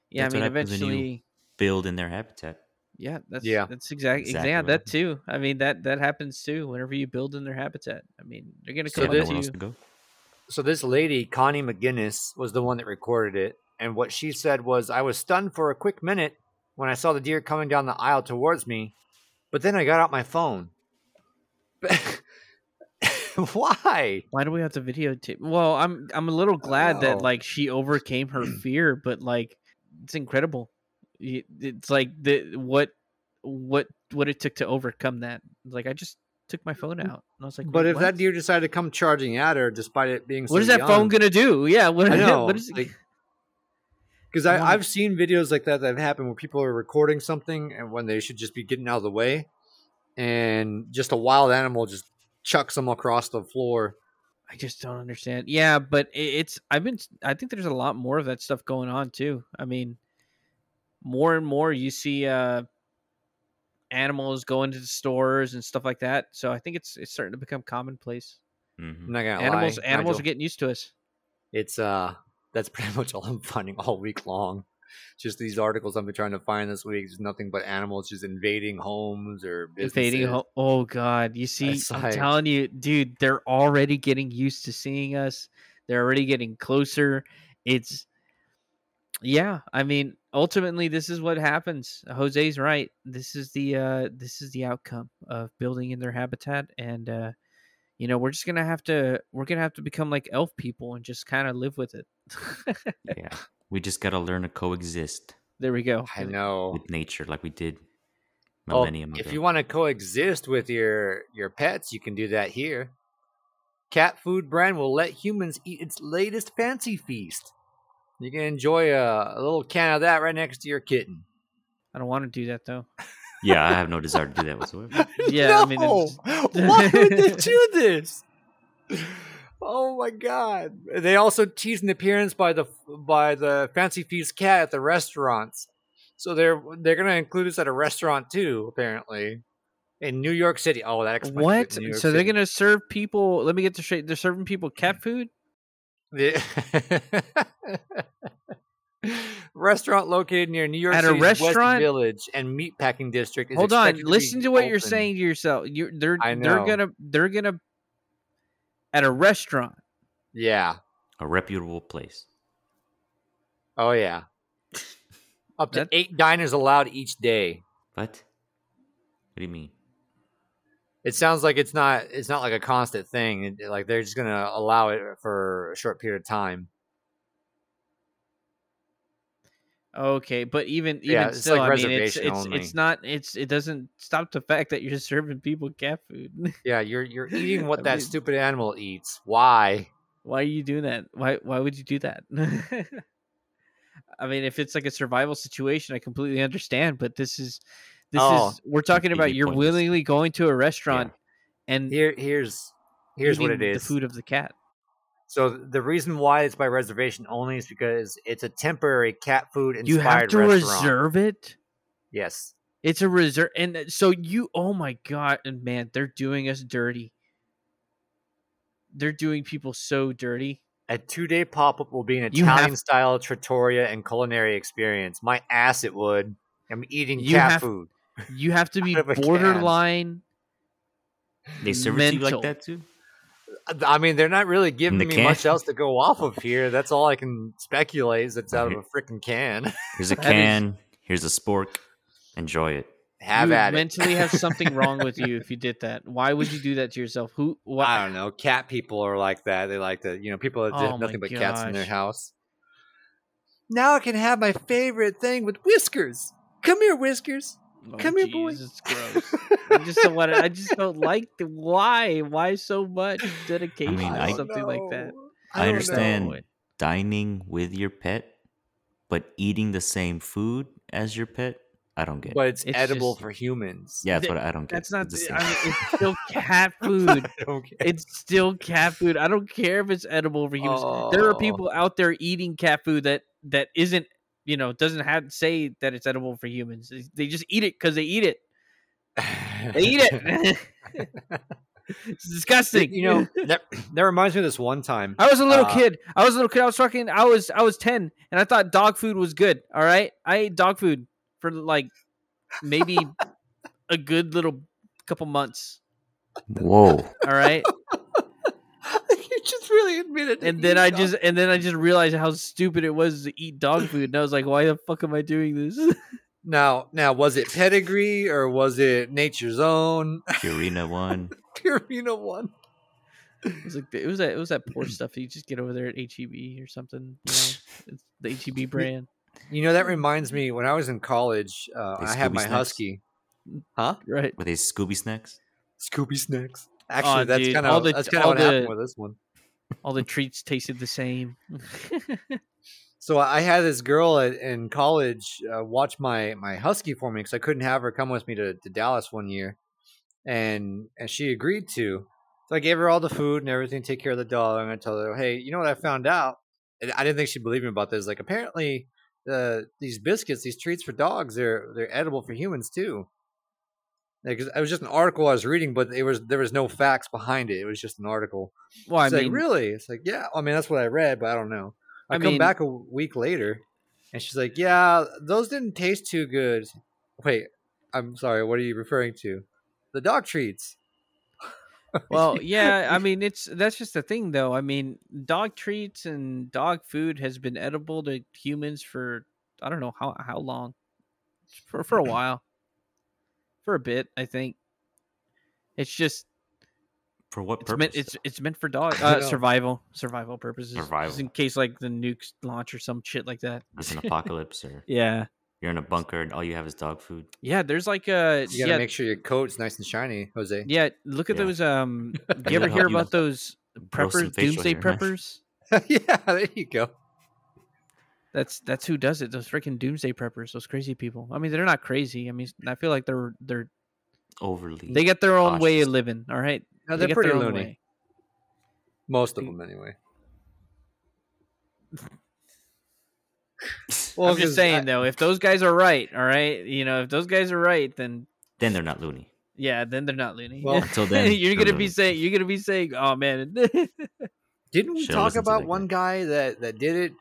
Speaker 3: yeah,
Speaker 2: That's
Speaker 3: I
Speaker 2: what
Speaker 3: mean,
Speaker 2: happens when you-
Speaker 3: eventually.
Speaker 2: Build in their habitat.
Speaker 3: Yeah, that's
Speaker 1: Yeah.
Speaker 3: that's exactly,
Speaker 2: Exactly
Speaker 3: yeah
Speaker 2: what
Speaker 3: that
Speaker 2: happens.
Speaker 3: too. I mean that that happens too. Whenever you build in their habitat, I mean they're gonna
Speaker 2: So
Speaker 3: come
Speaker 1: that
Speaker 2: nowhere
Speaker 3: up
Speaker 1: this-
Speaker 3: to
Speaker 2: else
Speaker 3: you.
Speaker 2: to go.
Speaker 1: So this lady, Connie McGinnis, was the one that recorded it, and what she said was, "I was stunned for a quick minute when I saw the deer coming down the aisle towards me, but then I got out my phone." Why?
Speaker 3: Why do we have to videotape? Well, I'm I'm a little glad
Speaker 1: know.
Speaker 3: that like she overcame her fear, but like it's incredible. Y- It's like the what what what it took to overcome that. Like I just took my phone out and I was like,
Speaker 1: Mm, But
Speaker 3: "Wait,
Speaker 1: if
Speaker 3: what?
Speaker 1: that deer decided to come charging at her, despite it being
Speaker 3: what is that phone gonna do? Yeah, what,
Speaker 1: I know.
Speaker 3: what is it?
Speaker 1: Because
Speaker 3: Wow.
Speaker 1: I I've seen videos like that that have happened where people are recording something and when they should just be getting out of the way, and just a wild animal just chucks them across the floor.
Speaker 3: I just don't understand. Yeah, but i- it's I've been I think there's a lot more of that stuff going on too. I mean, more and more you see uh animals going to the stores and stuff like that. So I think it's it's starting to become commonplace.
Speaker 1: I'm
Speaker 2: Mm-hmm.
Speaker 1: not gonna
Speaker 3: Animals
Speaker 1: lie,
Speaker 3: animals
Speaker 1: Nigel.
Speaker 3: are getting used to us.
Speaker 1: it's uh that's pretty much all I'm finding all week long. Just these articles I've been trying to find this week. There's nothing but animals just invading homes or
Speaker 3: Invading
Speaker 1: businesses.
Speaker 3: ho- oh god, you see
Speaker 1: It's
Speaker 3: I'm
Speaker 1: like-
Speaker 3: telling you, dude, they're already getting used to seeing us. They're already getting closer. It's yeah, I mean, ultimately this is what happens. Jose's right. This is the uh this is the outcome of building in their habitat and uh you know, we're just going to have to we're going to have to become like elf people and just kind of live with it.
Speaker 2: Yeah. We just gotta learn to coexist
Speaker 3: there we go.
Speaker 1: I know.
Speaker 2: with nature like we did
Speaker 1: Well,
Speaker 2: millennium ago.
Speaker 1: Oh, if you want to coexist with your your pets, you can do that here. Cat food brand will let humans eat its latest fancy feast. You can enjoy a, a little can of that right next to your kitten.
Speaker 3: I don't want to do that though.
Speaker 2: yeah, I have no desire to do that whatsoever.
Speaker 3: Yeah, I mean,
Speaker 1: no!
Speaker 3: it's-
Speaker 1: why would they do this? Oh my god! They also teased an appearance by the by the fancy feast cat at the restaurants, so they're they're gonna include us at a restaurant too, apparently, in New York City. Oh, that explains it,
Speaker 3: What?
Speaker 1: New York
Speaker 3: So they're
Speaker 1: City.
Speaker 3: gonna serve people? Let me get this straight. They're serving people cat food.
Speaker 1: The- restaurant located near New York
Speaker 3: At a
Speaker 1: City's
Speaker 3: restaurant?
Speaker 1: West Village and meatpacking district. Is
Speaker 3: Hold on.
Speaker 1: expected be
Speaker 3: Listen to what you're
Speaker 1: open.
Speaker 3: saying to yourself. You're they're
Speaker 1: I
Speaker 3: they're
Speaker 1: know.
Speaker 3: gonna they're gonna at a restaurant.
Speaker 1: Yeah.
Speaker 2: A reputable place.
Speaker 1: Oh yeah. Up to
Speaker 3: That-
Speaker 1: eight diners allowed each day.
Speaker 2: What? What do you mean?
Speaker 1: It sounds like it's not. It's not like a constant thing. It- it- Like they're just gonna allow it for a short period of time.
Speaker 3: Okay, but even even
Speaker 1: Yeah, it's
Speaker 3: still,
Speaker 1: like
Speaker 3: I mean, it's
Speaker 1: reservation
Speaker 3: it's
Speaker 1: only.
Speaker 3: it's not it's it doesn't stop the fact that you're serving people cat food.
Speaker 1: Yeah, you're you're eating what
Speaker 3: I
Speaker 1: that
Speaker 3: mean-
Speaker 1: stupid animal eats. Why?
Speaker 3: why are you doing that? Why why would you do that? I mean, if it's like a survival situation, I completely understand. But this is this
Speaker 1: Oh,
Speaker 3: is we're talking about
Speaker 2: completely
Speaker 3: you're
Speaker 2: pointless.
Speaker 3: willingly going to a restaurant and
Speaker 1: Here here's here's what it
Speaker 3: eating
Speaker 1: is.
Speaker 3: the food of the cat.
Speaker 1: So the reason why it's by reservation only is because it's a temporary cat food inspired
Speaker 3: You have to
Speaker 1: restaurant.
Speaker 3: reserve it.
Speaker 1: Yes.
Speaker 3: It's a reserve, and th- so you. Oh my god, and man, they're doing us dirty. They're doing people so dirty.
Speaker 1: A two day pop up will be an
Speaker 3: You have-
Speaker 1: Italian style trattoria and culinary experience. My ass, it would. I'm eating
Speaker 3: You
Speaker 1: cat
Speaker 3: have-
Speaker 1: food.
Speaker 3: You have to be
Speaker 1: Out of a can.
Speaker 3: borderline.
Speaker 2: They service you
Speaker 3: Mental.
Speaker 2: like that too?
Speaker 1: I mean, they're not really giving
Speaker 2: the
Speaker 1: me
Speaker 2: can?
Speaker 1: much else to go off of here. That's all I can speculate is it's out of a freaking can.
Speaker 2: Here's a
Speaker 3: That is-
Speaker 2: can. Here's a spork. Enjoy it.
Speaker 1: have
Speaker 3: you
Speaker 1: at
Speaker 3: would mentally have something wrong with you if you did that. Why would you do that to yourself? Who?
Speaker 1: it.
Speaker 3: What?
Speaker 1: I don't know. Cat people are like that. They like to, you know, people that
Speaker 3: Oh
Speaker 1: have nothing
Speaker 3: my
Speaker 1: but cats in their
Speaker 3: gosh.
Speaker 1: house. Now I can have my favorite thing with whiskers. Come here, whiskers.
Speaker 3: Oh,
Speaker 1: Come here, boy.
Speaker 3: jeez, It's gross. I just don't want to, I just don't like the why. Why so much dedication
Speaker 2: mean,
Speaker 3: to
Speaker 2: I-
Speaker 3: something like that?
Speaker 2: I
Speaker 1: don't
Speaker 2: understand.
Speaker 1: know.
Speaker 3: No.
Speaker 2: Dining with your pet, but eating the same food as your pet, I don't get.
Speaker 1: But it's,
Speaker 3: It's
Speaker 1: edible
Speaker 3: just-
Speaker 1: for humans.
Speaker 2: yeah, that's
Speaker 3: th-
Speaker 2: what I don't get.
Speaker 3: That's not.
Speaker 2: It's
Speaker 3: The,
Speaker 2: the
Speaker 3: I
Speaker 2: same.
Speaker 3: mean, it's still cat food.
Speaker 1: I don't care.
Speaker 3: It's still cat food. I don't care if it's edible for humans. There are
Speaker 1: Oh.
Speaker 3: people out there eating cat food that that isn't, you know, doesn't have say that it's edible for humans. They- They just eat it because they eat it.
Speaker 1: Oh.
Speaker 3: They eat it. it's disgusting.
Speaker 1: you know, that, that reminds me of this one time.
Speaker 3: I was a little
Speaker 1: Uh,
Speaker 3: kid. I was a little kid. I was fucking. I was. I was ten, and I thought dog food was good. All right, I ate dog food for like maybe a good little couple months.
Speaker 2: Whoa.
Speaker 3: All right,
Speaker 1: you just really admitted.
Speaker 3: and then I just and then I just realized how stupid it was to eat dog food, and I was like, why the fuck am I doing this?
Speaker 1: now now was it pedigree or was it nature's own
Speaker 2: Purina one.
Speaker 1: Purina one?
Speaker 3: It was like it was that it was that poor stuff that you just get over there at HEB or something. You know, it's the HEB brand.
Speaker 1: You know that reminds me when I was in college, uh,
Speaker 2: They
Speaker 1: I had
Speaker 2: Scooby
Speaker 1: my
Speaker 2: snacks?
Speaker 1: husky.
Speaker 2: Huh?
Speaker 3: Right.
Speaker 2: Were they Scooby snacks?
Speaker 1: Scooby snacks. Actually, that's
Speaker 3: dude,
Speaker 1: kind
Speaker 3: all
Speaker 1: of
Speaker 3: the-
Speaker 1: that's kind of
Speaker 3: all
Speaker 1: what happened
Speaker 3: the-
Speaker 1: with this one.
Speaker 3: All the treats tasted the same.
Speaker 1: So I had this girl at, in college uh, watch my my husky for me because I couldn't have her come with me to, to Dallas one year, and and she agreed to. So I gave her all the food and everything, take care of the dog. And I told her, hey, you know what I found out? And I didn't think she'd believe me about this. Like apparently, the these biscuits, these treats for dogs, they're they're edible for humans too. Like, 'cause it was just an article I was reading, but it was there was no facts behind it. It was just an article.
Speaker 3: well, Oh, I
Speaker 1: It's
Speaker 3: mean,
Speaker 1: like, really? It's like, yeah. I mean, that's what I read, but I don't know. I,
Speaker 3: I
Speaker 1: come
Speaker 3: mean-
Speaker 1: back a week later, and she's like, yeah, those didn't taste too good. Wait, I'm sorry. What are you referring to? The dog treats.
Speaker 3: well, yeah, I mean, it's that's just the thing, though. I mean, dog treats and dog food has been edible to humans for I don't know how how long, for for a while, for a bit, I think. It's just
Speaker 2: For what
Speaker 3: it's
Speaker 2: purpose?
Speaker 3: meant it's it's meant for dog
Speaker 1: I
Speaker 3: uh,
Speaker 1: know.
Speaker 3: survival survival purposes. Just
Speaker 2: Survival.
Speaker 3: in case like the nukes launch or some shit like that.
Speaker 2: It's an apocalypse, or
Speaker 3: yeah,
Speaker 2: you're in a bunker and all you have is dog food.
Speaker 3: yeah. There's like a
Speaker 1: You gotta
Speaker 3: yeah
Speaker 1: make sure your coat's nice and shiny, Jose.
Speaker 3: yeah. Look at
Speaker 2: Yeah.
Speaker 3: those. Um, do
Speaker 2: you
Speaker 3: you
Speaker 2: gotta
Speaker 3: ever hear
Speaker 2: help you
Speaker 3: about those
Speaker 2: grow some
Speaker 3: preppers,
Speaker 2: facial
Speaker 3: doomsday
Speaker 2: hair, right?
Speaker 3: preppers?
Speaker 1: Yeah, there you go.
Speaker 3: That's that's who does it. Those freaking doomsday preppers, those crazy people. I mean, they're not crazy. I mean, I feel like they're they're
Speaker 2: Overly.
Speaker 3: they get their own way of
Speaker 2: cautious.
Speaker 3: living. All right,
Speaker 1: No,
Speaker 3: They
Speaker 1: they're
Speaker 3: get
Speaker 1: pretty
Speaker 3: their own
Speaker 1: loony.
Speaker 3: way.
Speaker 1: Most of them, anyway. Well,
Speaker 3: I'm just
Speaker 1: 'cause
Speaker 3: saying
Speaker 1: I-
Speaker 3: though, if those guys are right, all right, you know, if those guys are right, then
Speaker 2: then they're not loony.
Speaker 3: yeah, then they're not loony.
Speaker 1: Well-
Speaker 2: Until then,
Speaker 3: you're
Speaker 2: they're
Speaker 3: gonna be
Speaker 2: loony.
Speaker 3: saying you're gonna be saying, oh man,
Speaker 1: Didn't we
Speaker 2: Should've
Speaker 1: talk
Speaker 2: listened to
Speaker 1: about
Speaker 2: that
Speaker 1: one guy that that did it?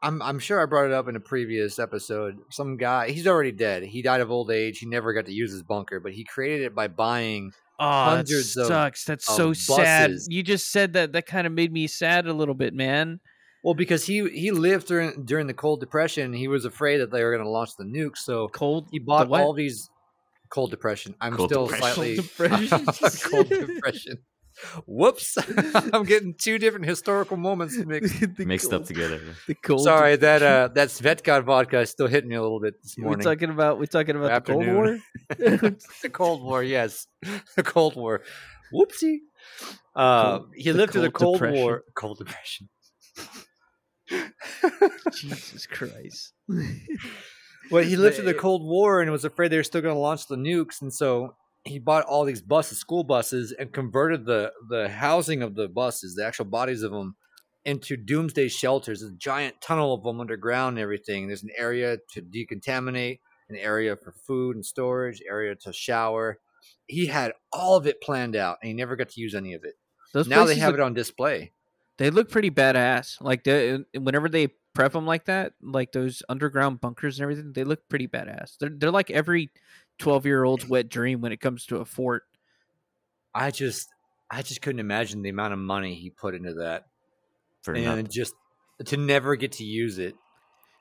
Speaker 1: I'm I'm sure I brought it up in a previous episode. Some guy, he's already dead. He died of old age. He never got to use his bunker, but he created it by buying.
Speaker 3: oh, that
Speaker 1: Hundreds of-
Speaker 3: sucks. That's
Speaker 1: of
Speaker 3: so sad.
Speaker 1: buses.
Speaker 3: You just said that. That kind of made me sad a little bit, man.
Speaker 1: Well, because he he lived during during the Cold Depression, he was afraid that they were going to launch the nuke, so
Speaker 3: Cold.
Speaker 1: he bought
Speaker 3: the what?
Speaker 1: all these. Cold Depression. I'm
Speaker 2: Cold
Speaker 1: still slightly
Speaker 2: Depression.
Speaker 3: Cold Depression.
Speaker 1: Cold Depression. Whoops! I'm getting two different historical moments mixed.
Speaker 3: The
Speaker 2: mixed up
Speaker 3: cold-
Speaker 2: together.
Speaker 3: The cold.
Speaker 1: Sorry that uh, that Svetkan vodka is still hitting me a little bit this
Speaker 3: We're
Speaker 1: morning.
Speaker 3: talking about we're talking about the Cold
Speaker 1: Afternoon.
Speaker 3: War.
Speaker 1: the Cold War, yes, the Cold War. Whoopsie. Uh,
Speaker 3: Cold-
Speaker 1: he
Speaker 3: the
Speaker 1: lived through the Cold
Speaker 3: Cold Depression.
Speaker 1: War, Cold Depression.
Speaker 3: Jesus Christ.
Speaker 1: Well, he lived through the
Speaker 3: But-
Speaker 1: Cold War and was afraid they were still going to launch the nukes, and so he bought all these buses, school buses, and converted the the housing of the buses, the actual bodies of them, into doomsday shelters. A giant tunnel of them underground, and everything. There's an area to decontaminate, an area for food and storage, area to shower. He had all of it planned out, and he never got to use any of it.
Speaker 3: Those
Speaker 1: now they
Speaker 3: places
Speaker 1: have
Speaker 3: look-
Speaker 1: it on display.
Speaker 3: They look pretty badass. Like the uh, whenever they prep them like that, like those underground bunkers and everything, they look pretty badass. They're they're like every twelve year old's wet dream when it comes to a fort.
Speaker 1: I just, I just couldn't imagine the amount of money he put into that,
Speaker 2: For
Speaker 1: and
Speaker 2: nothing.
Speaker 1: just to never get to use it.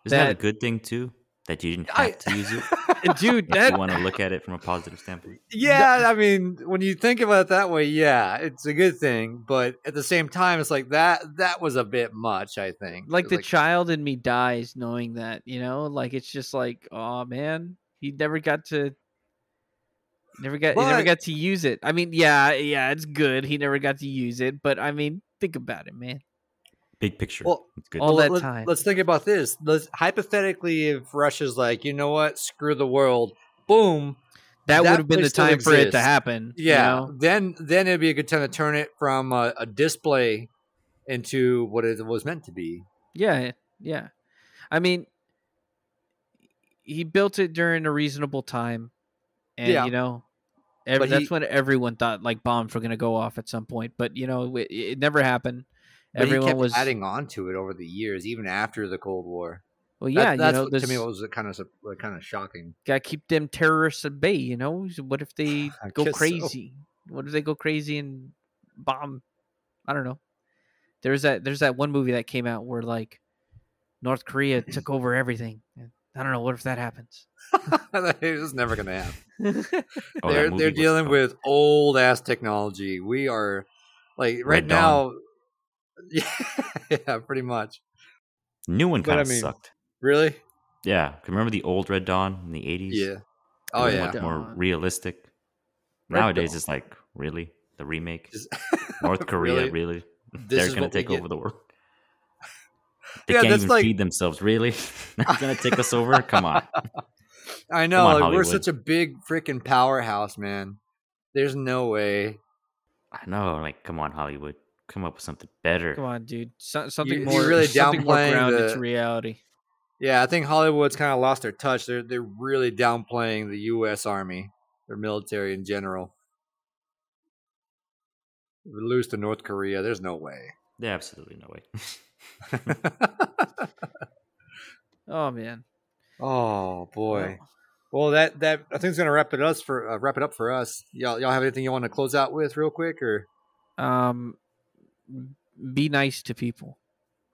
Speaker 2: Isn't that a
Speaker 3: that-
Speaker 2: good thing too? That you didn't have
Speaker 1: I-
Speaker 2: to use it.
Speaker 3: And Dude,
Speaker 2: If
Speaker 3: that
Speaker 2: you want to look at it from a positive standpoint.
Speaker 1: yeah, I mean, when you think about it that way, yeah, it's a good thing. But at the same time, it's like that that was a bit much. I think,
Speaker 3: like
Speaker 1: It's
Speaker 3: the child in me dies knowing that, you know? Like it's just like, oh man, he never got to never got he never
Speaker 1: But-
Speaker 3: got to use it. I mean, yeah, yeah, it's good. He never got to use it, but I mean, think about it, man.
Speaker 2: Big picture.
Speaker 1: Well,
Speaker 2: it's good.
Speaker 3: all that
Speaker 1: let's-
Speaker 3: time.
Speaker 1: Let's think about this. Let's hypothetically, if Russia's like, you know what, screw the world, boom,
Speaker 3: That,
Speaker 1: That
Speaker 3: would have been the
Speaker 1: place still
Speaker 3: time for it to
Speaker 1: exists.
Speaker 3: happen. you
Speaker 1: yeah,
Speaker 3: know?
Speaker 1: then then it'd be a good time to turn it from a, a display into what it was meant to be.
Speaker 3: Yeah, yeah. I mean, he built it during a reasonable time, and
Speaker 1: Yeah.
Speaker 3: you know, ev-
Speaker 1: But
Speaker 3: that's
Speaker 1: he-
Speaker 3: when everyone thought like bombs were going to go off at some point. But you know, it, it never happened.
Speaker 1: But
Speaker 3: Everyone
Speaker 1: he kept
Speaker 3: was
Speaker 1: adding on to it over the years, even after the Cold War.
Speaker 3: well,
Speaker 1: That-
Speaker 3: yeah.
Speaker 1: that's
Speaker 3: you know,
Speaker 1: what-
Speaker 3: this
Speaker 1: to me what was kind of kind of shocking.
Speaker 3: gotta keep them terrorists at bay. You know, So what if they
Speaker 1: I
Speaker 3: go
Speaker 1: guess so.
Speaker 3: crazy? What if they go crazy and bomb? I don't know. There's that. There's that one movie that came out where like North Korea took over everything. I don't know. What if that happens?
Speaker 1: it was never going to happen.
Speaker 2: Oh, that
Speaker 1: they're
Speaker 2: movie
Speaker 1: they're
Speaker 2: was
Speaker 1: dealing
Speaker 2: dope.
Speaker 1: with old ass technology. We are like right
Speaker 2: Red
Speaker 1: now.
Speaker 2: Dawn.
Speaker 1: Yeah, pretty much.
Speaker 2: new one
Speaker 1: but I
Speaker 2: kind of
Speaker 1: mean-
Speaker 2: sucked.
Speaker 1: Really?
Speaker 2: Yeah, 'cause remember the old Red Dawn in the eighties?
Speaker 1: Yeah. Oh
Speaker 2: It was
Speaker 1: yeah.
Speaker 2: much more
Speaker 3: Duh.
Speaker 2: realistic.
Speaker 1: Red
Speaker 2: Nowadays,
Speaker 1: Dawn.
Speaker 2: it's like really the remake.
Speaker 1: Just-
Speaker 2: North Korea,
Speaker 1: Really?
Speaker 2: really? They're
Speaker 1: is
Speaker 2: gonna
Speaker 1: what we
Speaker 2: take
Speaker 1: get.
Speaker 2: over the world. They
Speaker 1: Yeah,
Speaker 2: can't
Speaker 1: that's
Speaker 2: even
Speaker 1: like-
Speaker 2: feed themselves. Really? They're gonna take us over? Come on.
Speaker 1: I know.
Speaker 2: on,
Speaker 1: like, we're
Speaker 2: Hollywood.
Speaker 1: such a big freaking powerhouse, man. There's no way.
Speaker 2: I know. Like, come on, Hollywood. Come up with something better.
Speaker 3: Come on, dude. So, something
Speaker 1: you're
Speaker 3: more
Speaker 1: really
Speaker 3: something more
Speaker 1: downplaying
Speaker 3: grounded to
Speaker 1: the-
Speaker 3: reality.
Speaker 1: Yeah, I think Hollywood's kind of lost their touch. They're they're really downplaying the U.S. Army, their military in general. We lose to North Korea. There's no way.
Speaker 2: There's absolutely no way.
Speaker 3: Oh man.
Speaker 1: oh boy.
Speaker 3: Well,
Speaker 1: Well, that that I think it's gonna wrap it us for uh, wrap it up for us. Y'all y'all have anything you want to close out with real quick or
Speaker 3: Um be nice to people.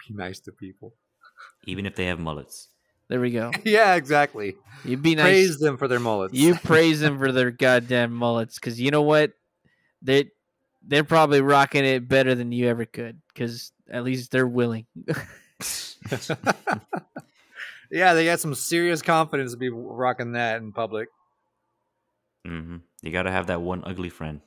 Speaker 1: be nice to people?
Speaker 2: even if they have mullets.
Speaker 3: There we go.
Speaker 1: yeah, exactly.
Speaker 3: You be nice.
Speaker 1: Praise them for their mullets.
Speaker 3: You praise them for their goddamn mullets, because you know what? They they're probably rocking it better than you ever could, because at least they're willing.
Speaker 1: yeah, they got some serious confidence to be rocking that in public.
Speaker 2: hmm You gotta have that one ugly friend.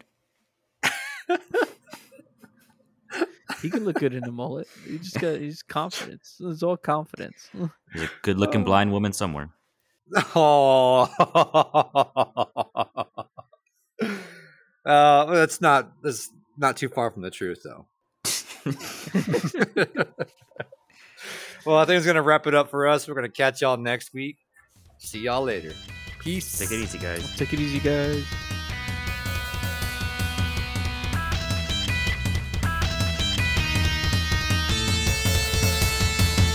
Speaker 3: He can look good in a mullet. He just got he's confidence. It's all confidence.
Speaker 2: There's a good-looking
Speaker 1: Oh.
Speaker 2: blind woman somewhere.
Speaker 1: Oh. Uh, that's not that's not too far from the truth, though. well, I think it's gonna wrap it up for us. We're gonna catch y'all next week. See y'all later. Peace.
Speaker 2: Take it easy, guys.
Speaker 3: Take it easy, guys.